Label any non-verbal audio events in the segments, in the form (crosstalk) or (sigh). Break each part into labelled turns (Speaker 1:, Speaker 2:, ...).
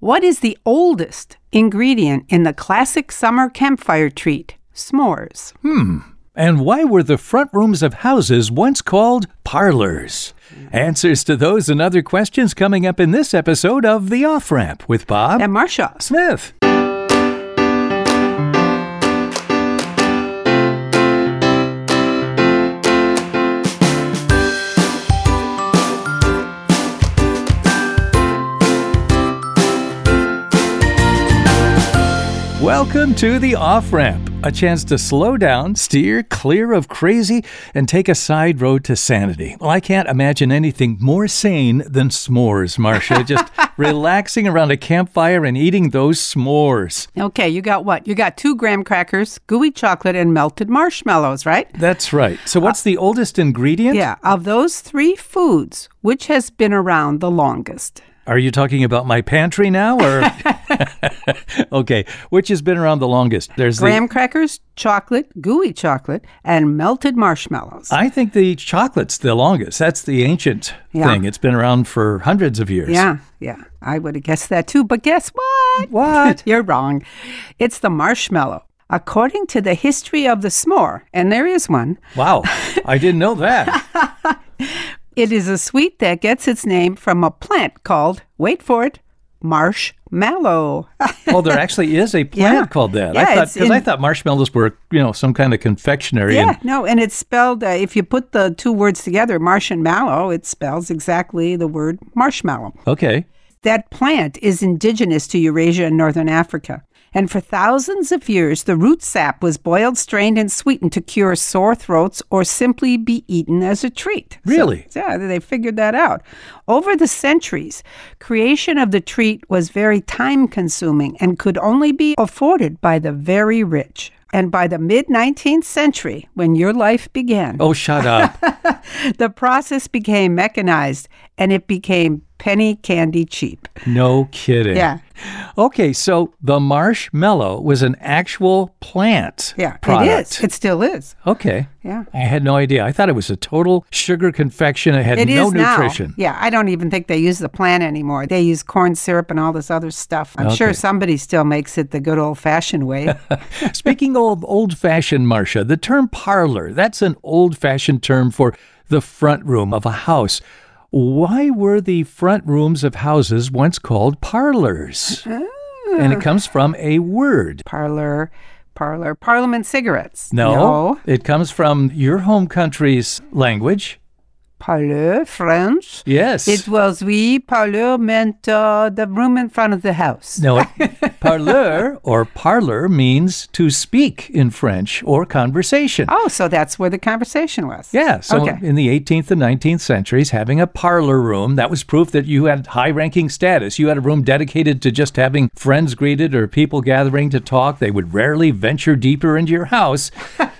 Speaker 1: What is the oldest ingredient in the classic summer campfire treat, s'mores?
Speaker 2: Hmm. And why were the front rooms of houses once called parlors? Answers to those and other questions coming up in this episode of The Off Ramp with Bob
Speaker 1: And Marcia.
Speaker 2: Smith. Welcome to the off ramp, a chance to slow down, steer clear of crazy, and take a side road to sanity. Well, I can't imagine anything more sane than s'mores, Marcia. Just relaxing around a campfire and eating those s'mores.
Speaker 1: Okay, you got what? You got two graham crackers, gooey chocolate, and melted marshmallows, right?
Speaker 2: That's right. So, what's the oldest ingredient?
Speaker 1: Yeah, of those three foods, which has been around the longest?
Speaker 2: Are you talking about my pantry now,
Speaker 1: (laughs)
Speaker 2: or okay, which has been around the longest? There's the.
Speaker 1: Graham crackers, chocolate, gooey chocolate, and melted marshmallows.
Speaker 2: I think the chocolate's the longest. That's the ancient
Speaker 1: Yeah.
Speaker 2: thing. It's been around for hundreds of years.
Speaker 1: yeah, yeah, I would have guessed that too, but guess what?
Speaker 2: What?
Speaker 1: (laughs) You're wrong. It's the marshmallow. According to the history of the s'more, and there is one, (laughs)
Speaker 2: Wow, I didn't know that.
Speaker 1: It is a sweet that gets its name from a plant called, wait for it, marshmallow. Ah,
Speaker 2: Well, there actually is a plant
Speaker 1: Yeah.
Speaker 2: called that.
Speaker 1: Yeah,
Speaker 2: I thought
Speaker 1: it's
Speaker 2: because I
Speaker 1: in-
Speaker 2: thought marshmallows were you know some kind of confectionery.
Speaker 1: yeah,
Speaker 2: And,
Speaker 1: no, and it's spelled, uh, if you put the two words together, marsh and mallow, it spells exactly the word marshmallow.
Speaker 2: okay.
Speaker 1: That plant is indigenous to Eurasia and northern Africa. And for thousands of years, the root sap was boiled, strained, and sweetened to cure sore throats or simply be eaten as a treat. So-
Speaker 2: Really?
Speaker 1: yeah, they figured that out. Over the centuries, creation of the treat was very time consuming and could only be afforded by the very rich. And by the mid 19th century, when your life began,
Speaker 2: Oh, shut
Speaker 1: (laughs)
Speaker 2: up.
Speaker 1: the process became mechanized and it became penny candy cheap.
Speaker 2: no kidding.
Speaker 1: Yeah.
Speaker 2: Okay, so the marshmallow was an actual plant.
Speaker 1: Yeah,
Speaker 2: Product.
Speaker 1: it is. It still is.
Speaker 2: okay.
Speaker 1: Yeah.
Speaker 2: I had no idea. I thought it was a total sugar confection. It had
Speaker 1: it is
Speaker 2: no
Speaker 1: now. (laughs)
Speaker 2: nutrition.
Speaker 1: Yeah, I don't even think they use the plant anymore. They use corn syrup and all this other stuff. I'm sure somebody still makes it the good old fashioned
Speaker 2: (laughs)
Speaker 1: way.
Speaker 2: Speaking of old fashioned, Marcia, the term parlor, that's an old fashioned term for the front room of a house. Why were the front rooms of houses once called parlors?
Speaker 1: Ah.
Speaker 2: And it comes from a word.
Speaker 1: parlor, parlor, parliament cigarettes.
Speaker 2: No,
Speaker 1: No.
Speaker 2: it comes from your home country's language.
Speaker 1: Parlor, French.
Speaker 2: Yes.
Speaker 1: It was, oui, parlor meant uh, the room in front of the house.
Speaker 2: no,
Speaker 1: (laughs)
Speaker 2: it- parleur or parlor means to speak in French or conversation.
Speaker 1: Oh, so that's where the conversation was.
Speaker 2: Yeah. So
Speaker 1: okay.
Speaker 2: in the 18th and 19th centuries, having a parlor room, that was proof that you had high ranking status. You had a room dedicated to just having friends greeted or people gathering to talk. They would rarely venture deeper into
Speaker 1: (laughs)
Speaker 2: your house.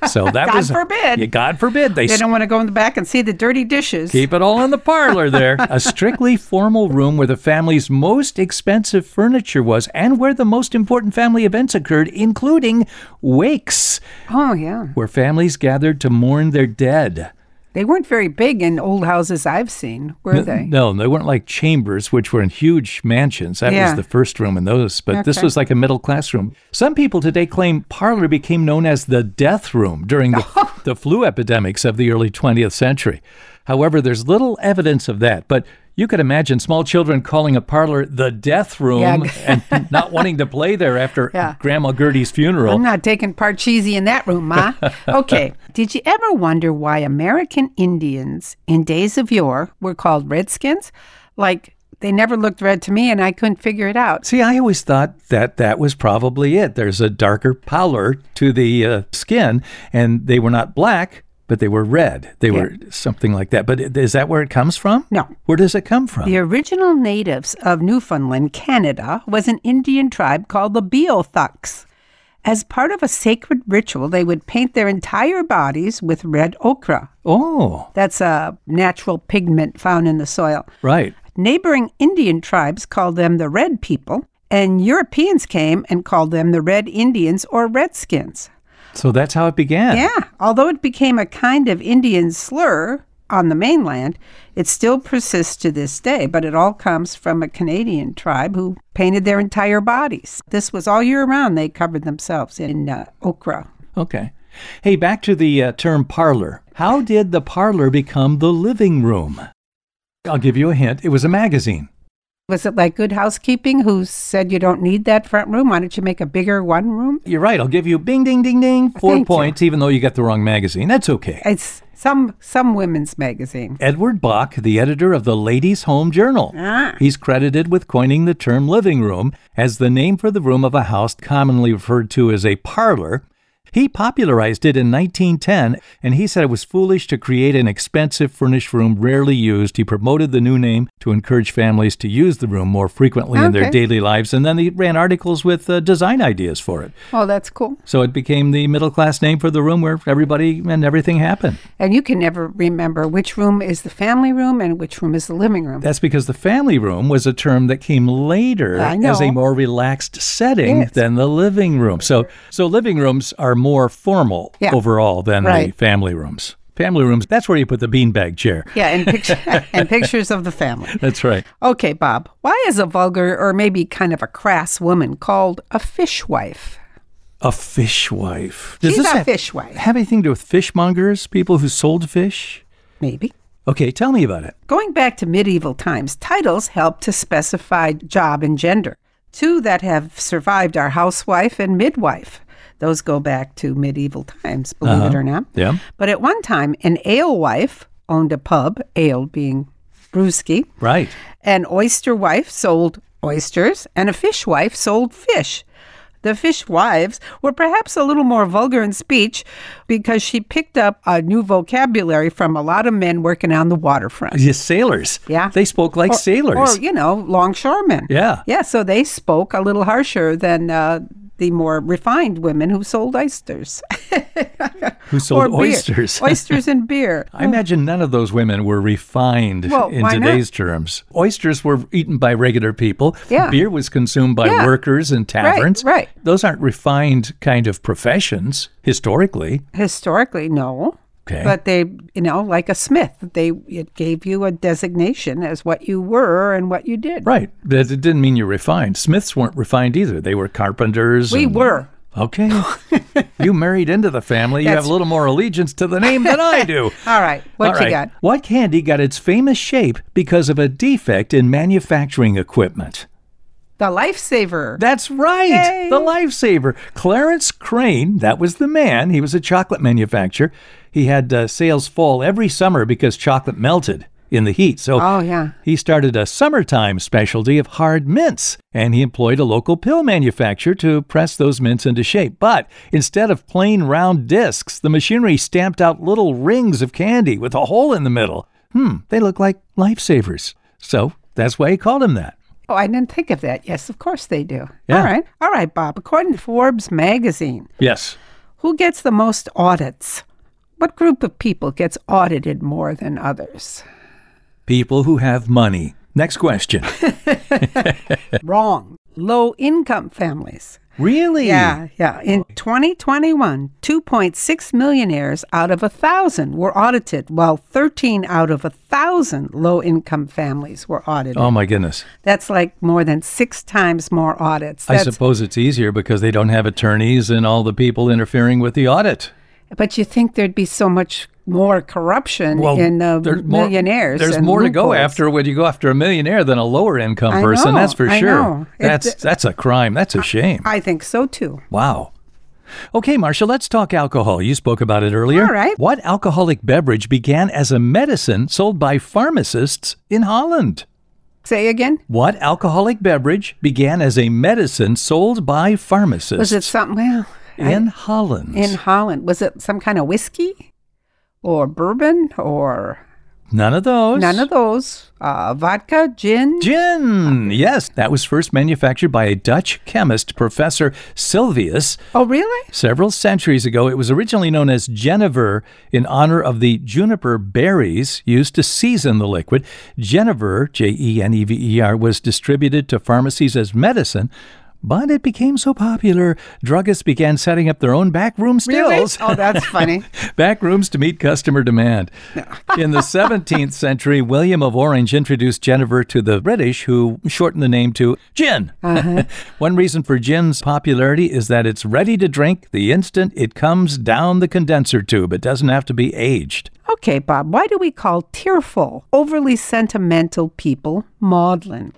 Speaker 2: So that
Speaker 1: God
Speaker 2: was.
Speaker 1: forbid.
Speaker 2: Yeah, God forbid. They,
Speaker 1: they don't want to go in the back and see the dirty dishes.
Speaker 2: Keep it all in the parlor there. a strictly formal room where the family's most expensive furniture was and where the most important family events occurred, including wakes,
Speaker 1: oh, yeah.
Speaker 2: where families gathered to mourn their dead.
Speaker 1: They weren't very big in old houses I've seen, were
Speaker 2: N-
Speaker 1: they?
Speaker 2: No, they weren't like chambers, which were in huge mansions. That
Speaker 1: Yeah.
Speaker 2: was the first room in those, but this
Speaker 1: Okay.
Speaker 2: was like a middle class room. Some people today claim parlor became known as the death room during
Speaker 1: (laughs)
Speaker 2: the, the flu epidemics of the early 20th century. However, there's little evidence of that, but you could imagine small children calling a parlor the death room
Speaker 1: (laughs)
Speaker 2: and not wanting to play there after
Speaker 1: Yeah.
Speaker 2: Grandma Gertie's funeral.
Speaker 1: I'm not taking part cheesy in that room, Ma. okay. Did you ever wonder why American Indians in days of yore were called Redskins? Like, they never looked red to me and I couldn't figure it out.
Speaker 2: See, I always thought that that was probably it. There's a darker pallor to the uh, skin, and they were not black, but they were red. They were something like that. But is that where it comes from?
Speaker 1: No.
Speaker 2: Where does it come from?
Speaker 1: The original natives of Newfoundland, Canada, was an Indian tribe called the Beothuks. As part of a sacred ritual, they would paint their entire bodies with red ochre.
Speaker 2: Oh,
Speaker 1: That's a natural pigment found in the soil.
Speaker 2: right.
Speaker 1: Neighboring Indian tribes called them the Red People, and Europeans came and called them the Red Indians or Redskins.
Speaker 2: So that's how it began.
Speaker 1: Yeah, although it became a kind of Indian slur, on the mainland, it still persists to this day, but it all comes from a Canadian tribe who painted their entire bodies. This was all year round, they covered themselves in uh, okra.
Speaker 2: Okay. Hey, back to the uh, term parlor. How did the parlor become the living room? I'll give you a hint. It was a magazine.
Speaker 1: Was it like Good Housekeeping who said you don't need that front room? Why don't you make a bigger one room?
Speaker 2: You're right. I'll give you bing, ding, ding, ding, four
Speaker 1: Thank you.
Speaker 2: points, even though you got the wrong magazine. That's okay.
Speaker 1: It's some some women's magazine.
Speaker 2: Edward Bach, the editor of the Ladies' Home Journal.
Speaker 1: Ah.
Speaker 2: He's credited with coining the term living room as the name for the room of a house commonly referred to as a parlor. He popularized it in 1910, and he said it was foolish to create an expensive furnished room rarely used. He promoted the new name to encourage families to use the room more frequently in their
Speaker 1: Okay.
Speaker 2: daily lives, and then he ran articles with uh, design ideas for it.
Speaker 1: Oh, that's cool.
Speaker 2: So it became the middle class name for the room where everybody and everything happened.
Speaker 1: And you can never remember which room is the family room and which room is the living room.
Speaker 2: That's because the family room was a term that came later
Speaker 1: I
Speaker 2: as a
Speaker 1: know.
Speaker 2: more relaxed setting
Speaker 1: Yes.
Speaker 2: than the living room. So, so living rooms are more formal
Speaker 1: Yeah.
Speaker 2: overall than the
Speaker 1: Right.
Speaker 2: family rooms. Family rooms, that's where you put the beanbag chair.
Speaker 1: (laughs) yeah, and, picture, and pictures of the family.
Speaker 2: That's right.
Speaker 1: Okay, Bob, why is a vulgar or maybe kind of a crass woman called a fishwife?
Speaker 2: A fishwife.
Speaker 1: She's a
Speaker 2: have,
Speaker 1: fishwife,
Speaker 2: have anything to do with fishmongers, people who sold fish?
Speaker 1: maybe.
Speaker 2: Okay, tell me about it.
Speaker 1: Going back to medieval times, titles helped to specify job and gender. Two that have survived are housewife and midwife. Those go back to medieval times, believe it or not.
Speaker 2: Yeah.
Speaker 1: But at one time, an alewife owned a pub, ale being brewski,
Speaker 2: Right.
Speaker 1: an oyster wife sold oysters, and a fish wife sold fish. The fish wives were perhaps a little more vulgar in speech because she picked up a new vocabulary from a lot of men working on the waterfront.
Speaker 2: Yes, sailors.
Speaker 1: Yeah.
Speaker 2: They spoke like sailors.
Speaker 1: Or, you know, longshoremen.
Speaker 2: yeah.
Speaker 1: Yeah, so they spoke a little harsher than uh, the more refined women who sold oysters.
Speaker 2: Who
Speaker 1: (laughs)
Speaker 2: sold
Speaker 1: or beer.
Speaker 2: oysters. (laughs)
Speaker 1: oysters and beer.
Speaker 2: I imagine none of those women were refined
Speaker 1: Well,
Speaker 2: in
Speaker 1: why not?
Speaker 2: today's terms. Oysters were eaten by regular people.
Speaker 1: Yeah.
Speaker 2: Beer was consumed by
Speaker 1: Yeah.
Speaker 2: workers in taverns.
Speaker 1: right.
Speaker 2: Those aren't refined kind of professions historically.
Speaker 1: Historically, no.
Speaker 2: Okay.
Speaker 1: But they, you know, like a smith, they it gave you a designation as what you were and what you did.
Speaker 2: Right. That it didn't mean you're refined. Smiths weren't refined either. They were carpenters.
Speaker 1: We
Speaker 2: and-
Speaker 1: were.
Speaker 2: Okay. you married into the family. You have a
Speaker 1: That's-
Speaker 2: little more allegiance to the name than I do.
Speaker 1: All right. (laughs) What
Speaker 2: All
Speaker 1: you
Speaker 2: right.
Speaker 1: got?
Speaker 2: What candy got its famous shape because of a defect in manufacturing equipment?
Speaker 1: The lifesaver.
Speaker 2: That's right.
Speaker 1: Yay.
Speaker 2: The lifesaver. Clarence Crane, that was the man. He was a chocolate manufacturer. He had uh, sales fall every summer because chocolate melted in the heat. So
Speaker 1: oh yeah.
Speaker 2: he started a summertime specialty of hard mints, and he employed a local pill manufacturer to press those mints into shape. But instead of plain round discs, the machinery stamped out little rings of candy with a hole in the middle. Hmm, they look like lifesavers. So that's why he called him that.
Speaker 1: Oh, I didn't think of that. Yes, of course they do.
Speaker 2: Yeah.
Speaker 1: All right. All right, Bob. According to Forbes magazine,
Speaker 2: Yes.
Speaker 1: who gets the most audits? What group of people gets audited more than
Speaker 2: (laughs)
Speaker 1: others?
Speaker 2: People who have money. Next question.
Speaker 1: Wrong. Low income families.
Speaker 2: really?
Speaker 1: Yeah, yeah. In 2021, 2.6 millionaires out of a thousand were audited, while 13 out of a thousand low-income families were audited.
Speaker 2: Oh my goodness.
Speaker 1: That's like more than six times more audits.
Speaker 2: I
Speaker 1: That's,
Speaker 2: suppose it's easier because they don't have attorneys and all the people interfering with the audit.
Speaker 1: but you think there'd be so much more corruption
Speaker 2: Well,
Speaker 1: in uh,
Speaker 2: there's more-
Speaker 1: millionaires?
Speaker 2: There's
Speaker 1: and
Speaker 2: more to go
Speaker 1: loopholes.
Speaker 2: after when you go after a millionaire than a lower income
Speaker 1: I
Speaker 2: person.
Speaker 1: know,
Speaker 2: that's for
Speaker 1: I
Speaker 2: sure.
Speaker 1: know. It-
Speaker 2: That's that's a crime. That's a shame.
Speaker 1: I think so too.
Speaker 2: wow. Okay, Marcia, let's talk alcohol. You spoke about it earlier.
Speaker 1: All right.
Speaker 2: What alcoholic beverage began as a medicine sold by pharmacists in Holland?
Speaker 1: Say again.
Speaker 2: What alcoholic beverage began as a medicine sold by pharmacists
Speaker 1: Was it something? Well, I-
Speaker 2: in Holland?
Speaker 1: in Holland, was it some kind of whiskey, or bourbon, or
Speaker 2: None of those.
Speaker 1: None of those. Uh, vodka, gin.
Speaker 2: Gin, yes, that was first manufactured by a Dutch chemist, Professor Sylvius,
Speaker 1: Oh, really?
Speaker 2: Several centuries ago, it was originally known as Genever in honor of the juniper berries used to season the liquid. Genever, J E N E V E R, was distributed to pharmacies as medicine But it became so popular, druggists began setting up their own backroom stills.
Speaker 1: Oh,
Speaker 2: (laughs)
Speaker 1: that's funny.
Speaker 2: Back rooms to meet
Speaker 1: (laughs)
Speaker 2: customer demand. In the 17th century, William of Orange introduced Jennifer to the British, who shortened the name to gin.
Speaker 1: Uh-huh.
Speaker 2: (laughs) One reason for gin's popularity is that it's ready to drink the instant it comes down the condenser tube. It doesn't have to be aged.
Speaker 1: Okay, Bob, why do we call tearful, overly sentimental people maudlin?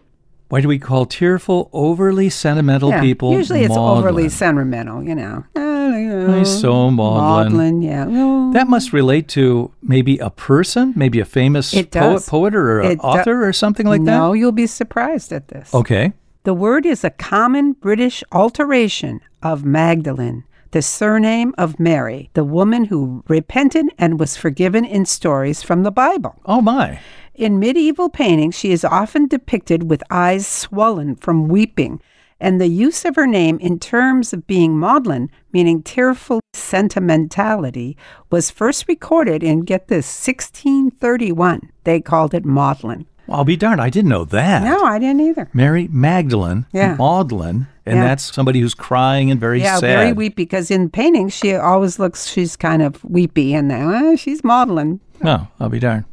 Speaker 2: Why do we call tearful, overly sentimental
Speaker 1: Yeah,
Speaker 2: people
Speaker 1: Usually it's overly
Speaker 2: maudlin?
Speaker 1: sentimental, you know. Uh,
Speaker 2: Why so maudlin?
Speaker 1: Maudlin, yeah. Well,
Speaker 2: That must relate to maybe a person, maybe a famous
Speaker 1: It
Speaker 2: poet,
Speaker 1: does.
Speaker 2: poet or an
Speaker 1: It do-
Speaker 2: author or something like
Speaker 1: no, you'll be surprised at this.
Speaker 2: that? Okay.
Speaker 1: The word is a common British alteration of Magdalene, the surname of Mary, the woman who repented and was forgiven in stories from the Bible.
Speaker 2: Oh my.
Speaker 1: In medieval paintings, she is often depicted with eyes swollen from weeping, and the use of her name in terms of being maudlin, meaning tearful sentimentality, was first recorded in, get this, 1631. They called it maudlin.
Speaker 2: I'll be darned. I didn't know that.
Speaker 1: No, I didn't either.
Speaker 2: Mary Magdalene,
Speaker 1: Yeah.
Speaker 2: Maudlin, and
Speaker 1: Yeah.
Speaker 2: that's somebody who's crying and very
Speaker 1: yeah,
Speaker 2: sad.
Speaker 1: very weepy, because in paintings, she always looks, she's kind of weepy, and uh, she's maudlin.
Speaker 2: Oh, I'll be darned.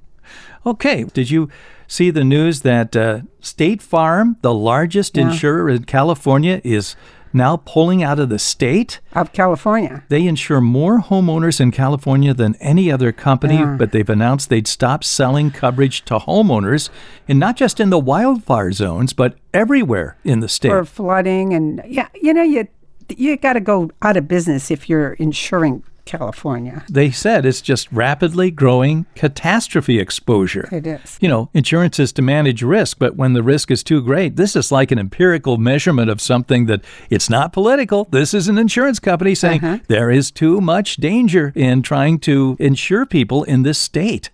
Speaker 2: Okay, did you see the news that uh, State Farm, the largest insurer in California, is now pulling out of the state?
Speaker 1: Of California.
Speaker 2: They insure more homeowners in California than any other company, but they've announced they'd stop selling coverage to homeowners, and not just in the wildfire zones, but everywhere in the state.
Speaker 1: for flooding and yeah, you know you you got to go out of business if you're insuring California.
Speaker 2: they said it's just rapidly growing catastrophe exposure.
Speaker 1: It is.
Speaker 2: You know, insurance is to manage risk, but when the risk is too great, this is like an empirical measurement of something that it's not political. This is an insurance company saying there is too much danger in trying to insure people in this state.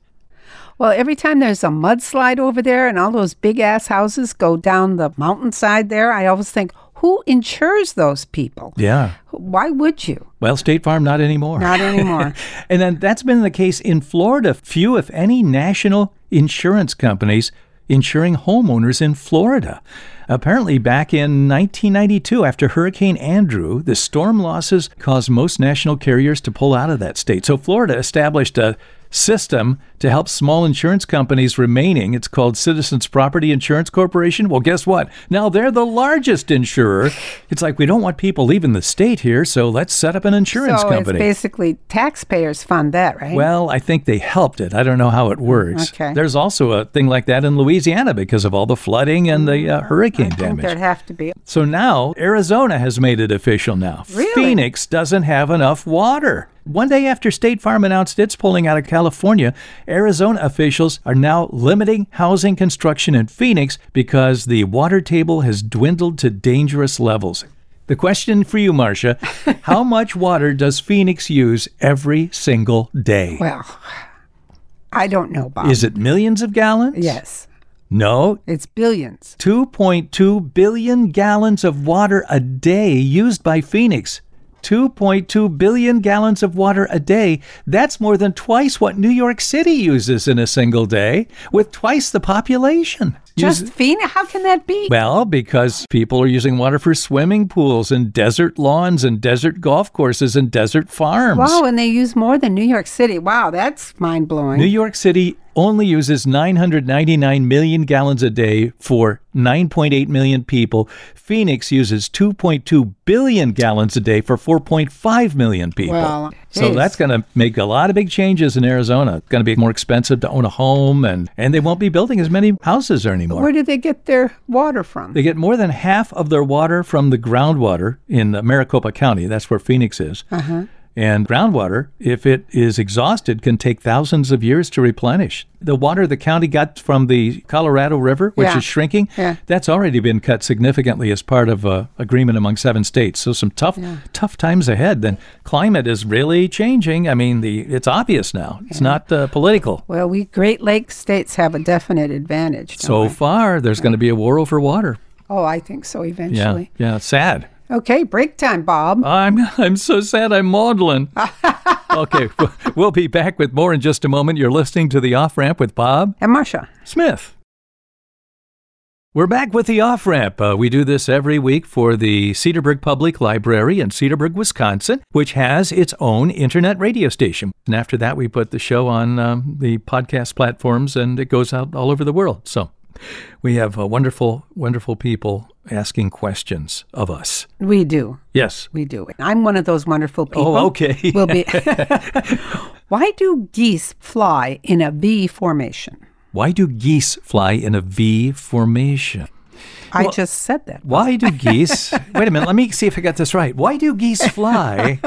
Speaker 1: Well, every time there's a mudslide over there and all those big ass houses go down the mountainside there, I always think, who insures those people?
Speaker 2: Yeah.
Speaker 1: Why would you?
Speaker 2: Well, State Farm, not anymore.
Speaker 1: Not anymore.
Speaker 2: and then that's been the case in Florida. Few, if any, national insurance companies insuring homeowners in Florida. Apparently, back in 1992, after Hurricane Andrew, the storm losses caused most national carriers to pull out of that state. So, Florida established a system to help small insurance companies remaining. It's called Citizens Property Insurance Corporation. Well, guess what? Now they're the largest insurer. It's like we don't want people leaving the state here, so let's set up an (laughs) insurance
Speaker 1: so
Speaker 2: company.
Speaker 1: it's basically taxpayers fund that, right?
Speaker 2: Well, I think they helped it. I don't know how it works.
Speaker 1: Oh, Okay.
Speaker 2: There's also a thing like that in Louisiana because of all the flooding and the uh, hurricane
Speaker 1: Mm, I think there'd
Speaker 2: damage.
Speaker 1: have to be.
Speaker 2: So now Arizona has made it official now.
Speaker 1: Really?
Speaker 2: Phoenix doesn't have enough water. One day after State Farm announced it's pulling out of California, Arizona officials are now limiting housing construction in Phoenix because the water table has dwindled to dangerous levels. The question for you,
Speaker 1: (laughs)
Speaker 2: Marcia, how much water does Phoenix use every single day?
Speaker 1: Well, I don't know, Bob.
Speaker 2: Is it millions of gallons?
Speaker 1: yes,
Speaker 2: No.
Speaker 1: it's billions.
Speaker 2: 2.2 billion gallons of water a day used by Phoenix. 2.2 billion gallons of water a day. That's more than twice what New York City uses in a single day, with twice the population.
Speaker 1: Just Phoenix? How can that be?
Speaker 2: Well, because people are using water for swimming pools and desert lawns and desert golf courses and desert farms.
Speaker 1: Wow, and they use more than New York City. Wow, that's mind blowing.
Speaker 2: New York City only uses 999 million gallons a day for 9.8 million people. Phoenix uses 2.2 billion gallons a day for 4.5 million people.
Speaker 1: Well,
Speaker 2: so
Speaker 1: geez.
Speaker 2: that's going to make a lot of big changes in Arizona. It's going to be more expensive to own a home, and, and they won't be building as many houses anymore.
Speaker 1: Where do they get their water from?
Speaker 2: They get more than half of their water from the groundwater in uh, Maricopa County. That's where Phoenix is.
Speaker 1: Uh-huh.
Speaker 2: And groundwater, if it is exhausted, can take thousands of years to replenish. The water the county got from the Colorado River, which
Speaker 1: Yeah.
Speaker 2: is shrinking,
Speaker 1: Yeah.
Speaker 2: that's already been cut significantly as part of a agreement among seven states. So some tough, tough times ahead. Then climate is really changing. I mean, the it's obvious now. It's not uh, political.
Speaker 1: Well, we Great Lakes states have a definite advantage. don't
Speaker 2: So
Speaker 1: we?
Speaker 2: far, there's going to be a war over water.
Speaker 1: oh, I think so
Speaker 2: Yeah,
Speaker 1: eventually.
Speaker 2: yeah, Uh, it's sad.
Speaker 1: Okay, break time, Bob.
Speaker 2: I'm I'm so sad I'm maudlin. okay, w- we'll be back with more in just a moment. You're listening to the Off Ramp with Bob
Speaker 1: and Marsha.
Speaker 2: Smith. We're back with the off ramp. Uh, we do this every week for the Cedarburg Public Library in Cedarburg, Wisconsin, which has its own internet radio station. And after that, we put the show on um, the podcast platforms and it goes out all over the world. So we have uh, wonderful, wonderful people asking questions of us.
Speaker 1: We do.
Speaker 2: Yes.
Speaker 1: We do. I'm one of those wonderful people.
Speaker 2: Oh, okay.
Speaker 1: Will
Speaker 2: (laughs)
Speaker 1: be. (laughs) Why do geese fly in a V formation?
Speaker 2: Why do geese fly in a V formation?
Speaker 1: I just said that.
Speaker 2: Why
Speaker 1: (laughs)
Speaker 2: do geese? wait a minute. Let me see if I got this right. Why do geese fly?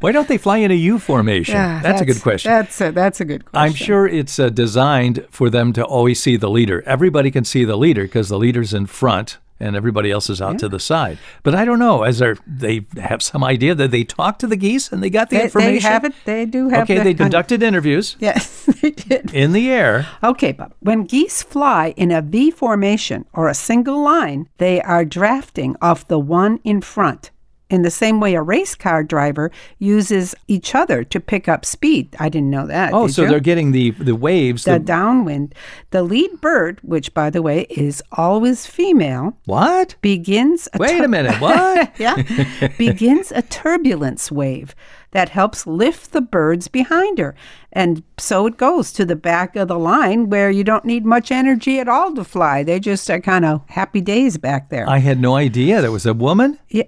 Speaker 2: Why don't they fly in a U formation?
Speaker 1: Ah,
Speaker 2: that's, a good question.
Speaker 1: That's a, that's a good question.
Speaker 2: I'm sure it's uh, designed for them to always see the leader. Everybody can see the leader because the leader's in front and everybody else is out to the side. But I don't know. As they're, they have some idea that they talked to the geese and they got the
Speaker 1: They,
Speaker 2: information.
Speaker 1: they have it. They do have. (laughs)
Speaker 2: okay,
Speaker 1: the-
Speaker 2: they conducted interviews
Speaker 1: Yes, they did.
Speaker 2: in the air.
Speaker 1: Okay, Bob. When geese fly in a V formation or a single line, they are drafting off the one in front. In the same way, a race car driver uses each other to pick up speed. I didn't know that.
Speaker 2: Oh,
Speaker 1: did
Speaker 2: so
Speaker 1: you?
Speaker 2: they're getting the the waves.
Speaker 1: the
Speaker 2: the-
Speaker 1: downwind. The lead bird, which by the way is always female,
Speaker 2: what?
Speaker 1: begins a
Speaker 2: Wait
Speaker 1: (laughs)
Speaker 2: a minute. What?
Speaker 1: yeah, begins a turbulence wave that helps lift the birds behind her. And so it goes to the back of the line where you don't need much energy at all to fly. They just are kind of happy days back there.
Speaker 2: I had no idea there was a woman,
Speaker 1: yeah.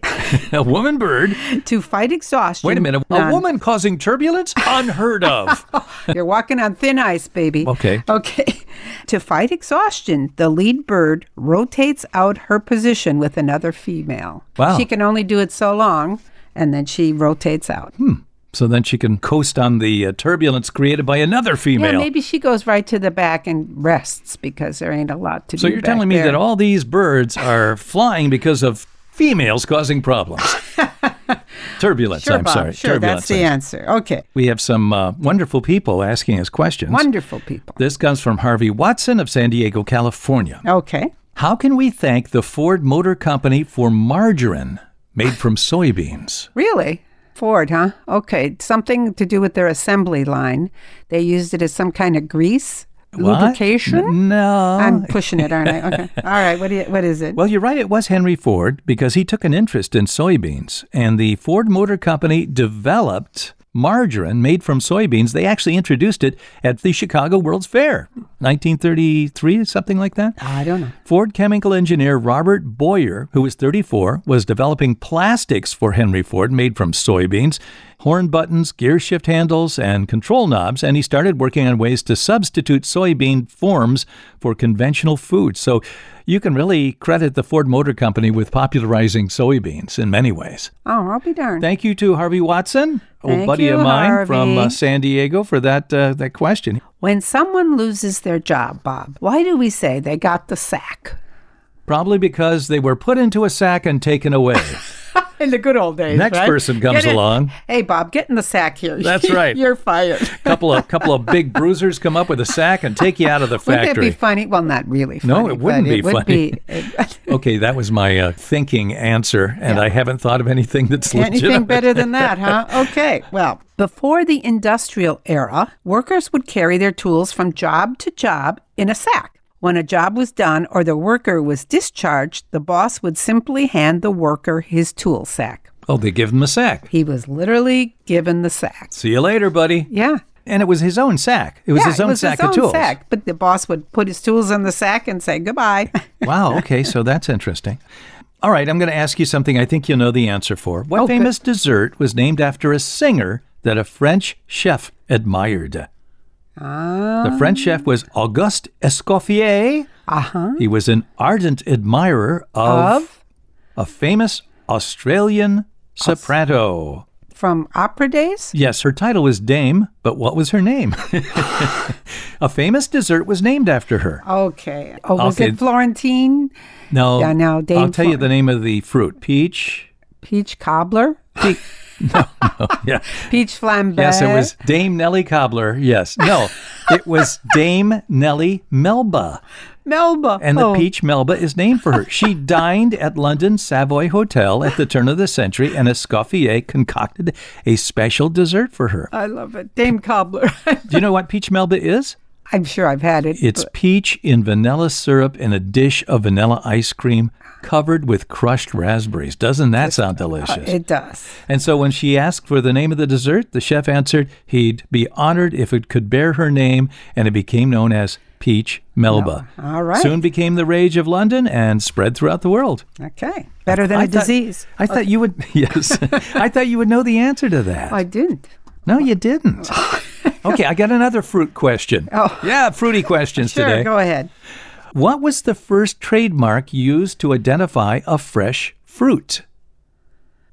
Speaker 2: (laughs) a woman bird.
Speaker 1: to fight exhaustion.
Speaker 2: Wait a minute, a
Speaker 1: None.
Speaker 2: woman causing turbulence? Unheard of.
Speaker 1: (laughs) You're walking on thin ice, baby.
Speaker 2: Okay.
Speaker 1: Okay. (laughs) to fight exhaustion, the lead bird rotates out her position with another female.
Speaker 2: Wow.
Speaker 1: She can only do it so long, and then she rotates out.
Speaker 2: so then she can coast on the uh, turbulence created by another
Speaker 1: Yeah,
Speaker 2: female.
Speaker 1: maybe she goes right to the back and rests because there ain't a lot to
Speaker 2: so
Speaker 1: do.
Speaker 2: you're
Speaker 1: back
Speaker 2: telling me
Speaker 1: there.
Speaker 2: that all these birds are flying because of females causing
Speaker 1: (laughs)
Speaker 2: problems. turbulence,
Speaker 1: Sure,
Speaker 2: I'm
Speaker 1: Bob,
Speaker 2: sorry.
Speaker 1: Sure,
Speaker 2: turbulence.
Speaker 1: that's the answer. Okay.
Speaker 2: we have some uh, wonderful people asking us questions.
Speaker 1: Wonderful people.
Speaker 2: this comes from Harvey Watson of San Diego, California.
Speaker 1: Okay.
Speaker 2: How can we thank the Ford Motor Company for margarine made from soybeans?
Speaker 1: Really? Ford, huh? Okay. Something to do with their assembly line. They used it as some kind of grease
Speaker 2: What?
Speaker 1: lubrication.
Speaker 2: N- No.
Speaker 1: I'm pushing it, aren't I?
Speaker 2: (laughs)
Speaker 1: Okay. All right. What, do you, what is it?
Speaker 2: well, you're right. It was Henry Ford because he took an interest in soybeans, and the Ford Motor Company developed margarine made from soybeans. They actually introduced it at the Chicago World's Fair, 1933, something like that.
Speaker 1: I don't know.
Speaker 2: Ford chemical engineer Robert Boyer, who was 34, was developing plastics for Henry Ford made from soybeans, horn buttons, gear shift handles, and control knobs, and he started working on ways to substitute soybean forms for conventional food. So you can really credit the Ford Motor Company with popularizing soybeans in many ways.
Speaker 1: Oh, I'll be darned.
Speaker 2: Thank you to Harvey Watson, old
Speaker 1: Thank
Speaker 2: buddy of
Speaker 1: you,
Speaker 2: mine from uh,
Speaker 1: Harvey.
Speaker 2: San Diego, for that uh, that question.
Speaker 1: when someone loses their job, Bob, why do we say they got the sack? (laughs)
Speaker 2: Probably because they were put into a sack and
Speaker 1: (laughs)
Speaker 2: taken away.
Speaker 1: In the good old days.
Speaker 2: Next
Speaker 1: right?
Speaker 2: person comes
Speaker 1: Get in-
Speaker 2: along.
Speaker 1: Hey, Bob, get in the sack here. (laughs)
Speaker 2: That's right.
Speaker 1: You're fired.
Speaker 2: couple of couple of big bruisers come up with a sack and take you out of the
Speaker 1: Wouldn't that be
Speaker 2: factory.
Speaker 1: funny? Well, not really funny.
Speaker 2: No, it wouldn't
Speaker 1: but
Speaker 2: be
Speaker 1: it would
Speaker 2: funny. (laughs)
Speaker 1: Be uh,
Speaker 2: Okay, that was my uh, thinking answer, and I haven't thought of anything
Speaker 1: (laughs)
Speaker 2: that's
Speaker 1: anything
Speaker 2: legitimate.
Speaker 1: better than that,
Speaker 2: (laughs)
Speaker 1: huh? Okay. Well, before the industrial era, workers would carry their tools from job to job in a sack. When a job was done or the worker was discharged, the boss would simply hand the worker his tool sack.
Speaker 2: Oh, they give him a sack.
Speaker 1: He was literally given the sack.
Speaker 2: See you later, buddy.
Speaker 1: Yeah.
Speaker 2: And it was his own sack. It was
Speaker 1: yeah,
Speaker 2: his own
Speaker 1: it was
Speaker 2: sack
Speaker 1: his
Speaker 2: of
Speaker 1: own
Speaker 2: tools.
Speaker 1: sack, but the boss would put his tools in the sack and say goodbye.
Speaker 2: Wow. Okay, so that's interesting. All right, I'm going to ask you something I think you'll know the answer for. What
Speaker 1: Oh, good.
Speaker 2: famous dessert was named after a singer that a French chef admired?
Speaker 1: Ah,
Speaker 2: The French chef was Auguste Escoffier.
Speaker 1: uh huh.
Speaker 2: He was an ardent admirer of,
Speaker 1: Of
Speaker 2: a famous Australian soprano.
Speaker 1: from opera days.
Speaker 2: yes, her title was Dame, but what was her name? (laughs) a famous dessert was named after her.
Speaker 1: Okay. Oh, was
Speaker 2: Okay.
Speaker 1: it Florentine
Speaker 2: No,
Speaker 1: Yeah, now Dame
Speaker 2: I'll tell you
Speaker 1: Florence.
Speaker 2: the name of the fruit: peach.
Speaker 1: peach
Speaker 2: (laughs)
Speaker 1: cobbler,
Speaker 2: Yeah.
Speaker 1: (laughs) peach flambé?
Speaker 2: Yes, it was Dame Nellie Cobbler. Yes. No, it was Dame Nellie Melba.
Speaker 1: Melba.
Speaker 2: And the
Speaker 1: Oh,
Speaker 2: peach Melba is named for her. She dined at London Savoy Hotel at the turn of the century, and Escoffier concocted a special dessert for her.
Speaker 1: I love it. Dame cobbler. (laughs)
Speaker 2: Do you know what peach Melba is?
Speaker 1: I'm sure I've had it.
Speaker 2: It's
Speaker 1: but-
Speaker 2: peach in vanilla syrup in a dish of vanilla ice cream covered with crushed raspberries. Doesn't that sound delicious?
Speaker 1: it does.
Speaker 2: And so when she asked for the name of the dessert, the chef answered he'd be honored if it could bear her name, and it became known as Peach Melba.
Speaker 1: All right.
Speaker 2: Soon became the rage of London and spread throughout the world.
Speaker 1: Okay. Better than a
Speaker 2: I thought-
Speaker 1: disease.
Speaker 2: I thought you would (laughs) yes. I thought you would know the answer to that.
Speaker 1: I didn't.
Speaker 2: no,
Speaker 1: (laughs)
Speaker 2: you didn't. okay, I got another fruit question.
Speaker 1: Oh.
Speaker 2: Yeah, fruity questions
Speaker 1: Sure,
Speaker 2: today.
Speaker 1: go ahead.
Speaker 2: What was the first trademark used to identify a fresh fruit?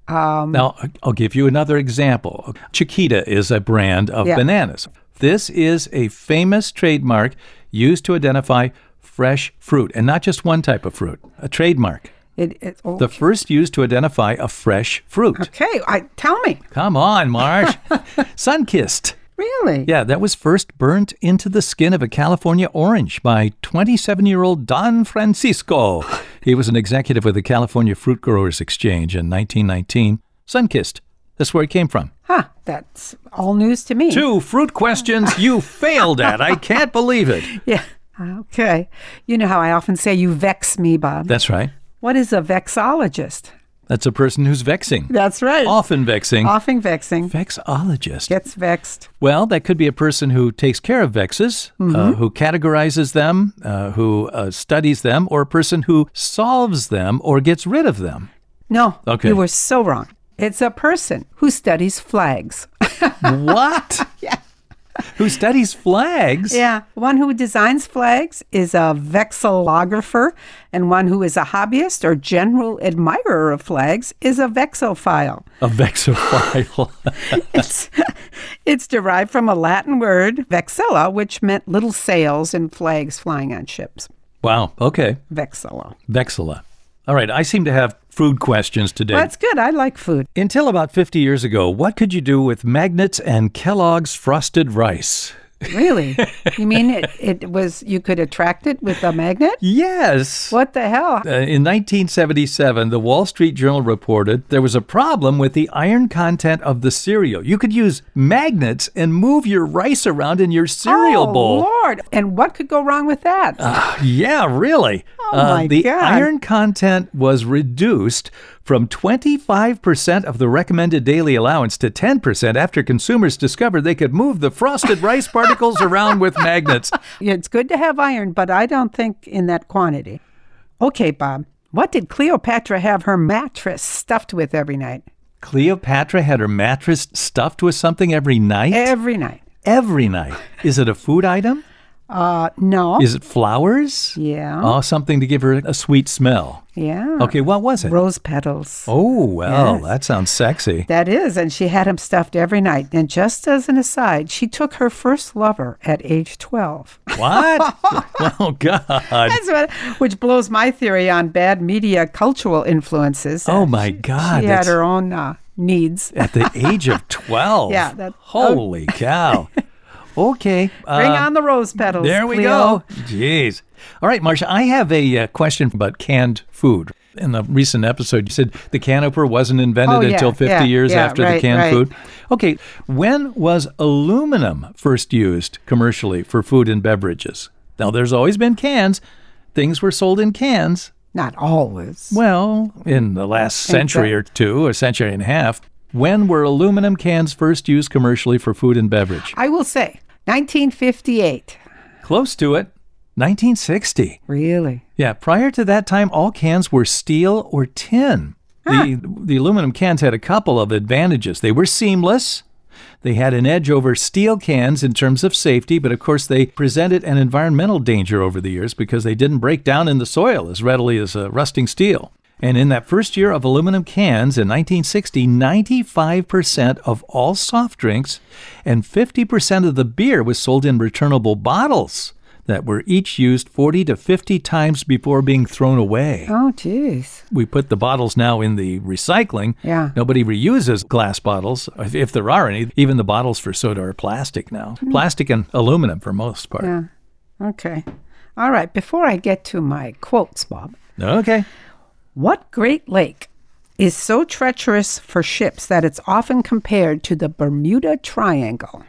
Speaker 1: Um,
Speaker 2: now, I- I'll give you another example. Chiquita is a brand of
Speaker 1: Yeah.
Speaker 2: bananas. This is a famous trademark used to identify fresh fruit, and not just one type of fruit, a trademark.
Speaker 1: It, it, oh,
Speaker 2: The first used to identify a fresh fruit.
Speaker 1: okay. I, tell me.
Speaker 2: Come
Speaker 1: (laughs)
Speaker 2: on, Marsh. Sunkissed.
Speaker 1: Really?
Speaker 2: Yeah, that was first burnt into the skin of a California orange by 27 year old Don Francisco. He was an executive with the California Fruit Growers Exchange in 1919. Sunkissed. That's where it came from.
Speaker 1: Huh. That's all news to me.
Speaker 2: Two fruit questions you failed at. I can't believe it.
Speaker 1: (laughs) Yeah. Okay. You know how I often say you vex me, Bob.
Speaker 2: That's right.
Speaker 1: what is a vexologist?
Speaker 2: That's a person who's vexing,
Speaker 1: That's right.
Speaker 2: often vexing.
Speaker 1: Often vexing.
Speaker 2: Vexologist.
Speaker 1: Gets vexed.
Speaker 2: Well, that could be a person who takes care of vexes, uh, who categorizes them, uh, who uh, studies them, or a person who solves them or gets rid of (laughs) them.
Speaker 1: No.
Speaker 2: Okay.
Speaker 1: You were so wrong. It's a person who studies flags.
Speaker 2: what?
Speaker 1: Yeah.
Speaker 2: Who studies flags?
Speaker 1: (laughs) Yeah, one who designs flags is a vexillographer, and one who is a hobbyist or general admirer of flags is a vexophile.
Speaker 2: A vexophile.
Speaker 1: It's, (laughs) it's derived from a Latin word, vexilla, which meant little sails and flags flying on ships.
Speaker 2: (laughs) wow. Okay.
Speaker 1: Vexilla.
Speaker 2: Vexilla. All right. I seem to have food questions today.
Speaker 1: That's good. I like food.
Speaker 2: Until about 50 years ago, what could you do with magnets and Kellogg's frosted rice?
Speaker 1: Really? you mean it, it was, you could attract it with a magnet?
Speaker 2: Yes.
Speaker 1: What the hell?
Speaker 2: Uh, In 1977, the Wall Street Journal reported there was a problem with the iron content of the cereal. You could use magnets and move your rice around in your cereal
Speaker 1: oh,
Speaker 2: bowl. Uh.
Speaker 1: Lord. And what could go wrong with that?
Speaker 2: Yeah, really. Uh,
Speaker 1: Oh my
Speaker 2: the
Speaker 1: God.
Speaker 2: iron content was reduced from 25% of the recommended daily allowance to 10% after consumers discovered they could move the frosted
Speaker 1: (laughs)
Speaker 2: rice particles around with magnets.
Speaker 1: Yeah, It's good to have iron, but I don't think in that quantity. Okay, Bob. What did Cleopatra have her mattress stuffed with every night?
Speaker 2: Cleopatra had her mattress stuffed with something every night?
Speaker 1: Every night.
Speaker 2: every night. Is it a food item?
Speaker 1: Uh, no.
Speaker 2: Is it flowers?
Speaker 1: Yeah.
Speaker 2: Oh, something to give her a sweet smell.
Speaker 1: yeah.
Speaker 2: Okay, what was it?
Speaker 1: Rose petals.
Speaker 2: Oh, well,
Speaker 1: Yes.
Speaker 2: that
Speaker 1: (laughs)
Speaker 2: sounds sexy.
Speaker 1: That is, and she had him stuffed every night. And just as an aside, she took her first lover at age 12.
Speaker 2: What? oh, God.
Speaker 1: (laughs) That's what, which blows my theory on bad media cultural influences.
Speaker 2: Oh, my God.
Speaker 1: she had
Speaker 2: that's-
Speaker 1: her own uh, needs.
Speaker 2: at the age of
Speaker 1: (laughs)
Speaker 2: 12.
Speaker 1: Yeah, that-
Speaker 2: Holy cow. Okay.
Speaker 1: (laughs) Bring
Speaker 2: uh,
Speaker 1: on the rose petals.
Speaker 2: There we
Speaker 1: Cleo.
Speaker 2: go. Jeez. All right, Marcia, I have a uh, question about canned food. In the recent episode, you said the can opener wasn't invented
Speaker 1: Oh, yeah,
Speaker 2: until 50
Speaker 1: yeah,
Speaker 2: years
Speaker 1: yeah,
Speaker 2: after the
Speaker 1: right,
Speaker 2: canned
Speaker 1: right.
Speaker 2: food. Okay, when was aluminum first used commercially for food and beverages? Now, there's always been cans. Things were sold in cans.
Speaker 1: Not always.
Speaker 2: Well, in the last century or two, a century and a half, when were aluminum cans first used commercially for food and beverage?
Speaker 1: I will say 1958.
Speaker 2: Close to it, 1960.
Speaker 1: Really?
Speaker 2: Yeah, prior to that time, all cans were steel or tin. The, the aluminum cans had a couple of advantages. They were seamless. They had an edge over steel cans in terms of safety, but of course, they presented an environmental danger over the years because they didn't break down in the soil as readily as uh, rusting steel. And in that first year of aluminum cans in 1960, 95% of all soft drinks and 50% of the beer was sold in returnable bottles that were each used 40 to 50 times before being thrown away.
Speaker 1: Oh, geez.
Speaker 2: We put the bottles now in the recycling.
Speaker 1: Yeah.
Speaker 2: Nobody reuses glass bottles, if, if there are any. Even the bottles for soda are plastic now, plastic and aluminum for most part.
Speaker 1: Mm-hmm. Yeah. Okay. All right. Before I get to my quotes, Bob,
Speaker 2: Okay.
Speaker 1: what great lake is so treacherous for ships that it's often compared to the Bermuda Triangle?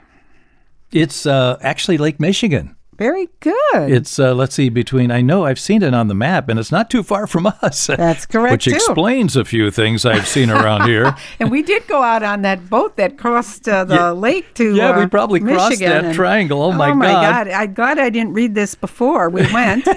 Speaker 2: It's uh, actually Lake Michigan.
Speaker 1: Very good.
Speaker 2: It's uh, let's see between. I know I've seen it on the map, and it's not too far from (laughs) us.
Speaker 1: That's correct.
Speaker 2: Which
Speaker 1: too.
Speaker 2: explains a few things I've
Speaker 1: (laughs)
Speaker 2: seen around here.
Speaker 1: and we did go out on that boat that crossed uh, the
Speaker 2: Yeah.
Speaker 1: lake to
Speaker 2: Yeah, we
Speaker 1: uh,
Speaker 2: probably crossed
Speaker 1: Michigan
Speaker 2: that
Speaker 1: and-
Speaker 2: triangle. Oh, my
Speaker 1: oh my
Speaker 2: God.
Speaker 1: god! I'm glad I didn't read this before we
Speaker 2: (laughs)
Speaker 1: went.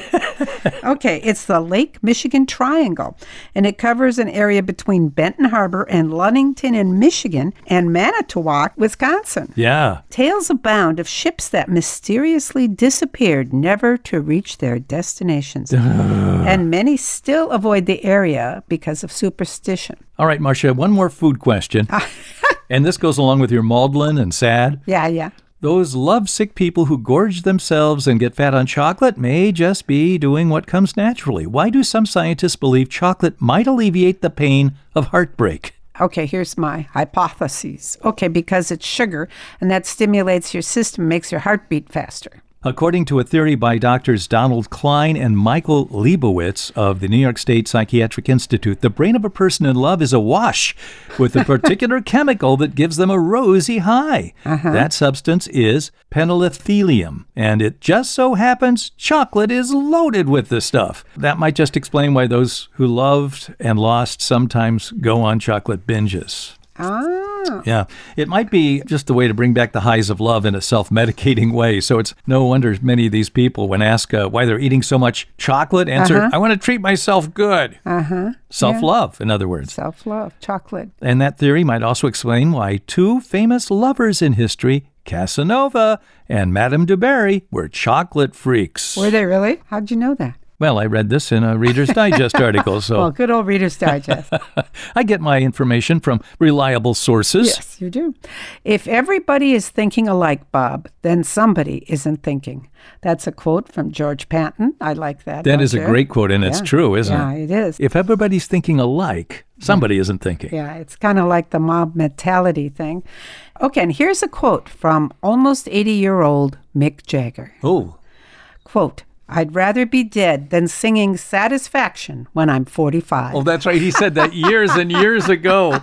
Speaker 1: okay, it's the Lake Michigan Triangle, and it covers an area between Benton Harbor and Lunnington in Michigan and Manitowoc, Wisconsin.
Speaker 2: Yeah.
Speaker 1: Tales abound of ships that mysteriously disappeared, never to reach their destinations. and many still avoid the area because of superstition.
Speaker 2: All right, Marcia. One more
Speaker 1: (laughs)
Speaker 2: food question, and this goes along with your maudlin and sad.
Speaker 1: Yeah, yeah.
Speaker 2: Those lovesick people who gorge themselves and get fat on chocolate may just be doing what comes naturally. Why do some scientists believe chocolate might alleviate the pain of heartbreak?
Speaker 1: Okay, here's my hypotheses. Okay, because it's sugar and that stimulates your system, makes your heart beat faster.
Speaker 2: According to a theory by doctors Donald Klein and Michael Leibowitz of the New York State Psychiatric Institute, the brain of a person in love is awash with a particular (laughs) chemical that gives them a rosy high. That substance is pentylethylium, and it just so happens chocolate is loaded with this stuff. That might just explain why those who loved and lost sometimes go on chocolate binges.
Speaker 1: Ah,
Speaker 2: Yeah, it might be just the way to bring back the highs of love in a self medicating way. So it's no wonder many of these people, when asked uh, why they're eating so much chocolate, answer,
Speaker 1: Uh-huh.
Speaker 2: I want to treat myself good. Uh huh. Self love, in other words.
Speaker 1: self love, chocolate.
Speaker 2: And that theory might also explain why two famous lovers in history, Casanova and Madame du Barry, were chocolate freaks.
Speaker 1: Were they really? How'd you know that?
Speaker 2: Well, I read this in a
Speaker 1: (laughs)
Speaker 2: Reader's Digest article, so
Speaker 1: Well, good old Reader's
Speaker 2: (laughs)
Speaker 1: Digest.
Speaker 2: I get my information from reliable sources.
Speaker 1: Yes, you do. If everybody is thinking alike, Bob, then somebody isn't thinking. That's a quote from George Patton. I like that.
Speaker 2: That
Speaker 1: don't
Speaker 2: is a
Speaker 1: you?
Speaker 2: great quote, and it's
Speaker 1: Yeah.
Speaker 2: true, isn't
Speaker 1: yeah,
Speaker 2: it?
Speaker 1: it is.
Speaker 2: If everybody's thinking alike, somebody isn't thinking.
Speaker 1: Yeah, it's kind of like the mob mentality thing. Okay, and here's a quote from almost 80 year old Mick Jagger
Speaker 2: Oh,
Speaker 1: Quote, I'd rather be dead than singing satisfaction when I'm 45.
Speaker 2: oh, that's right. He said that years and years
Speaker 1: (laughs)
Speaker 2: ago.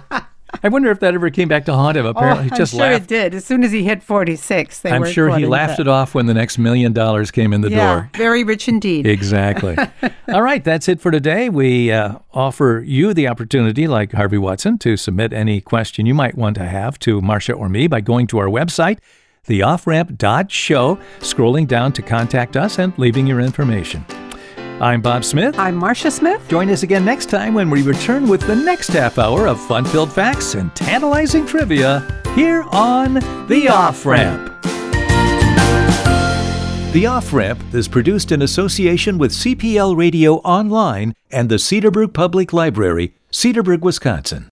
Speaker 2: I wonder if that ever came back to haunt him. Apparently, he
Speaker 1: Oh, I'm
Speaker 2: just
Speaker 1: sure
Speaker 2: laughed.
Speaker 1: it did. As soon as he hit 46, they
Speaker 2: I'm
Speaker 1: were
Speaker 2: sure he
Speaker 1: quoting
Speaker 2: laughed
Speaker 1: that.
Speaker 2: it off when the next million dollars came in the
Speaker 1: Yeah,
Speaker 2: door.
Speaker 1: very rich indeed. (laughs)
Speaker 2: Exactly. All right, that's it for today. We uh, offer you the opportunity, like Harvey Watson, to submit any question you might want to have to Marcia or me by going to our website, theofframp.show, scrolling down to contact us and leaving your information. I'm Bob Smith.
Speaker 1: I'm Marcia Smith.
Speaker 2: Join us again next time when we return with the next half hour of fun filled facts and tantalizing trivia here on The Off Ramp. The Off Ramp is produced in association with CPL Radio Online and the Cedarbrook Public Library, Cedarburg, Wisconsin.